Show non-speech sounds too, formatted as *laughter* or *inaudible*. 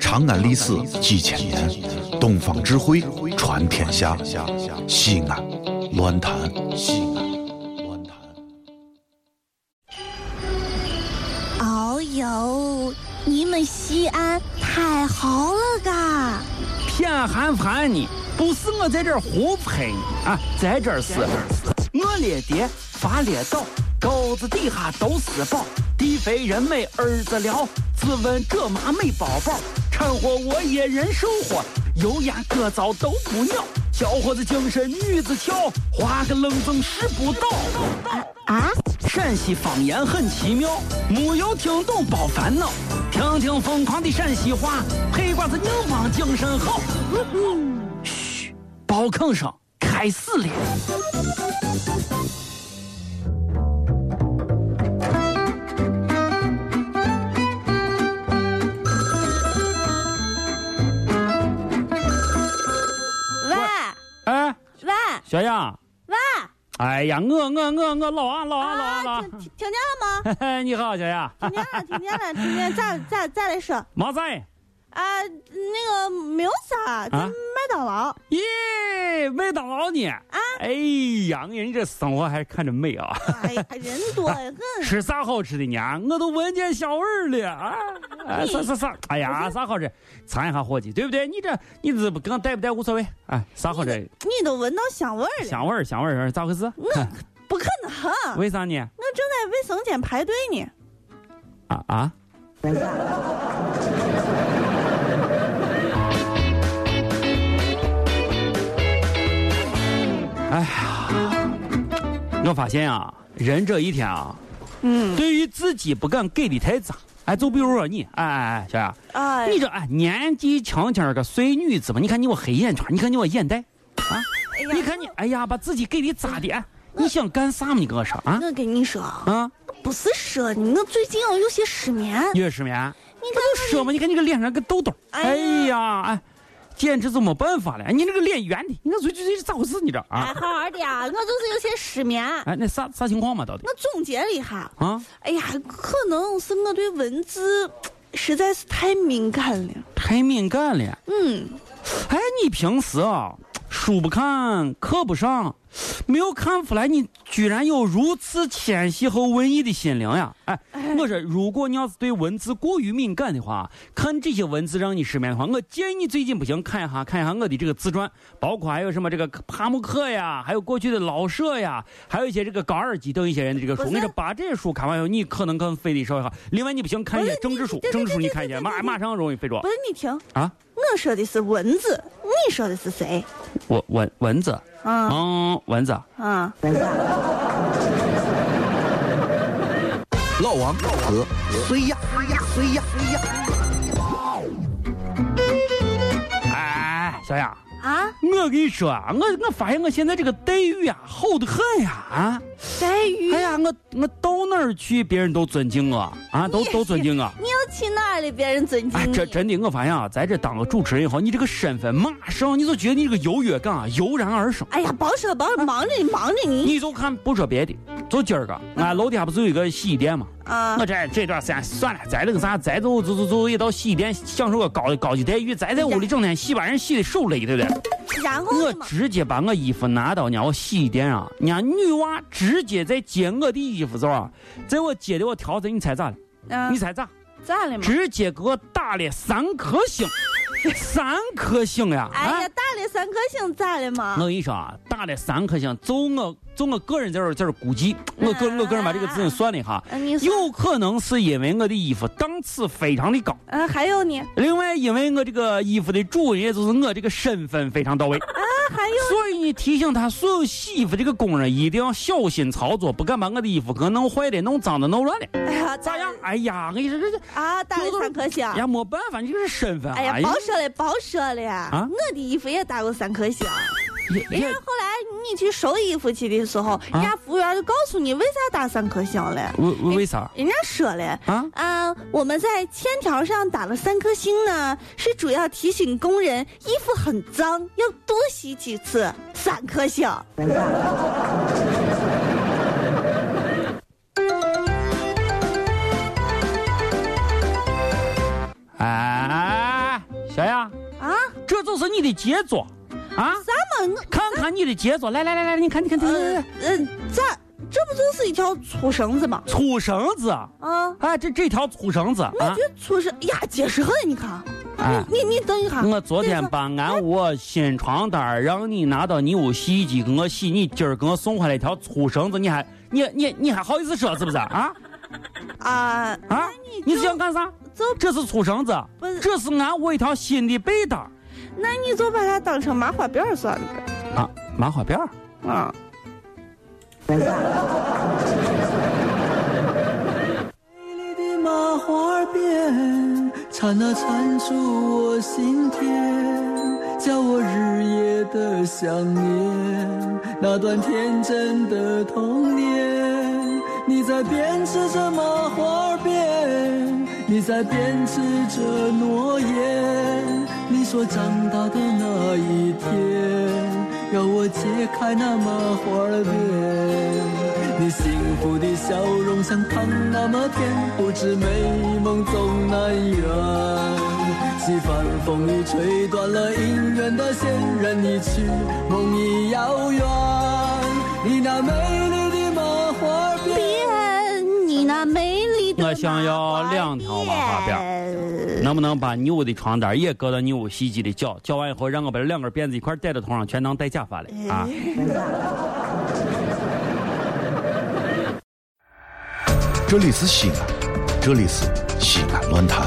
长安历史几千年，东方智慧传天下。西安，乱谈西安，乱谈。哦呦，你们西安太好了嘎！偏寒寒你，不是我在这儿胡喷你啊，在这儿是，我列爹发列倒，沟子底下都是宝，地肥人美儿子了，自问这妈没宝宝，掺和我也人生活，油盐各糟都不尿，小伙子精神女子俏，花个愣风使不倒。啊，陕西方言很奇妙，没有听懂别烦恼，听听疯狂的陕西话，黑瓜子硬邦精神好。嘘，包吭声开始了。喂哎，喂小杨，喂！哎呀，我我我我老王老王老王老啊，王听，听听见了吗？嘿嘿 *laughs* 你好，小杨，听见了，听见 *laughs* 了，听见，再再再来说毛仔，啊，那个没有啥，就啊麦当 *laughs* 劳。耶，麦当劳呢？啊，哎呀，你这生活还看着美啊。哎呀，人多得很。吃啥好吃的呢？我都闻见香味儿了啊！哎，啥啥啥？哎呀，啥好吃？尝一下伙计，对不对？你这你这不跟带不带无所谓。哎，啥 *laughs* 好吃？你都闻到香味 *laughs* 儿了，香味儿，香味儿，咋回事？不可能！ *laughs* 我为啥呢？正在卫生间排队呢。啊啊！哎呀，我发现啊，人这一天啊，嗯，对于自己不敢给的太杂。哎，就比如说你，哎哎哎，小杨。哎，你这哎，年纪轻轻儿个碎女子嘛，你看你我黑眼圈，你看你我眼袋，啊，哎呀你看你，哎呀，把自己给的咋的？哎，你想干啥嘛？你跟我说啊我跟你说，啊，不是说你，我最近哦有些失眠。你有失眠？你不就说嘛？你看你个脸上个痘痘，哎哎呀呀，哎，简直就没办法了。哎你这个脸圆的，你看最最最咋回事？你这哎，啊？好好的啊，我就是有些失眠。哎，那啥啥情况嘛？到底我总结了一下，啊？哎呀，可能是我对文字实在是太敏感了。太敏感了。嗯，哎，你平时啊，书不看，课不上，没有看出来你居然有如此纤细和文艺的心灵呀！哎，我说，如果你要是对文字过于敏感的话，看这些文字让你失眠的话，我建议你最近不行看一下看一下我的这个自传，包括还有什么这个帕慕克呀，还有过去的老舍呀，还有一些这个高尔基等一些人的这个书。不是我跟你说，把这些书看完以后，你可能更费力稍微好。另外，你不行看一些不是政你治书对，对政治书对你对看一对下，对马对马上容易睡着不是你听，啊！我说的是文字，你说的是谁？我蚊蚊子。啊嗯，蚊子，啊，老王和谁呀？谁呀？谁呀？哎，小雅，啊，我跟你说啊，我我发现我现在这个待遇啊，好的很呀啊！黛玉，哎呀，我我到哪儿去，别人都尊敬我啊，都你都尊敬我。你又去哪儿了？别人尊敬哎，你？真真的，我发现啊，在这当个主持人以后，你这个身份马上你就觉得你这个优越感啊油然而生。哎呀，甭说甭说，忙着你忙着你你就看不说别的，就今儿个，俺楼底下不是有一个洗衣店嘛？啊我，这这段时间算了，咱那个啥，咱就就就就也到洗衣店享受个高的高级待遇，咱在屋里整天洗，把人洗的手累，对不对？然后我呢嘛？直接把我衣服拿到人家我洗衣店啊，人家女娃直接在接我的衣服时候啊，在我接的我条子，你猜咋了？嗯你，猜咋？咋了嘛？直接给我打了三颗星，三颗星呀！哎啊呀，打了三颗星，咋了嘛我？跟你说啊，打了三颗星，就我就我个人在这儿在这儿估计，我个我个人把这个事情算了一下，啊你说有可能是因为我的衣服档次非常的高，嗯，还有呢？另外因为我这个衣服的主人也就是我这个身份非常到位。还有所以你提醒他，所有洗衣服这个工人一定要小心操作，不敢把我的衣服给弄坏了、弄脏的、弄乱了。哎呀，咋样？哎呀，我跟你说，这这，啊，打了三颗星。哎呀，没办法，你这个身份啊，哎呀，呀甭说了，甭说了。啊我的衣服也打过三颗星。也也人家后来你去收衣服去的时候，人家服务员就告诉你为啥打三颗星了。为为为啥人家说了，啊？啊，我们在签条上打了三颗星呢，是主要提醒工人衣服很脏，要多洗几次。三颗星，啊哎，啊就是你的杰作，啊，咱们看看你的杰作，来来来来，你看你看，这这呃这呃，咱这不就是一条粗绳子吗？粗绳子，啊，哎，这这条粗绳子我啊觉，得粗绳呀结实很，你看，啊哎你你你等一下，我昨天啊这个把俺屋新床单儿让你拿到你屋洗衣机给我洗，你今儿给我送回来一条粗绳子，你还你你你还好意思说是不是啊啊，啊你？你就是想干啥？就这是粗绳子不是，这是俺屋一条新的被单儿那你就把它当成麻花辫儿算了呗，啊，麻花辫儿啊，美丽的麻花辫缠啊缠住我心田，叫我日夜的想念那段天真的童年。你在编织着麻花辫，你在编织着诺言。你说长大的那一天，要我解开那麻花辫。你幸福的笑容像糖那么甜，不知美梦总难圆。西番风雨吹断了姻缘的线，任你去，梦已遥远。你那美丽的麻花辫。别你那美丽的我想要两条麻花辫辫。能不能把你屋的床单也搁到你屋洗衣机里搅搅完以后，让我把这两根辫子一块儿戴到头上，全当戴假发了啊？这里是西安，这里是西安乱坛。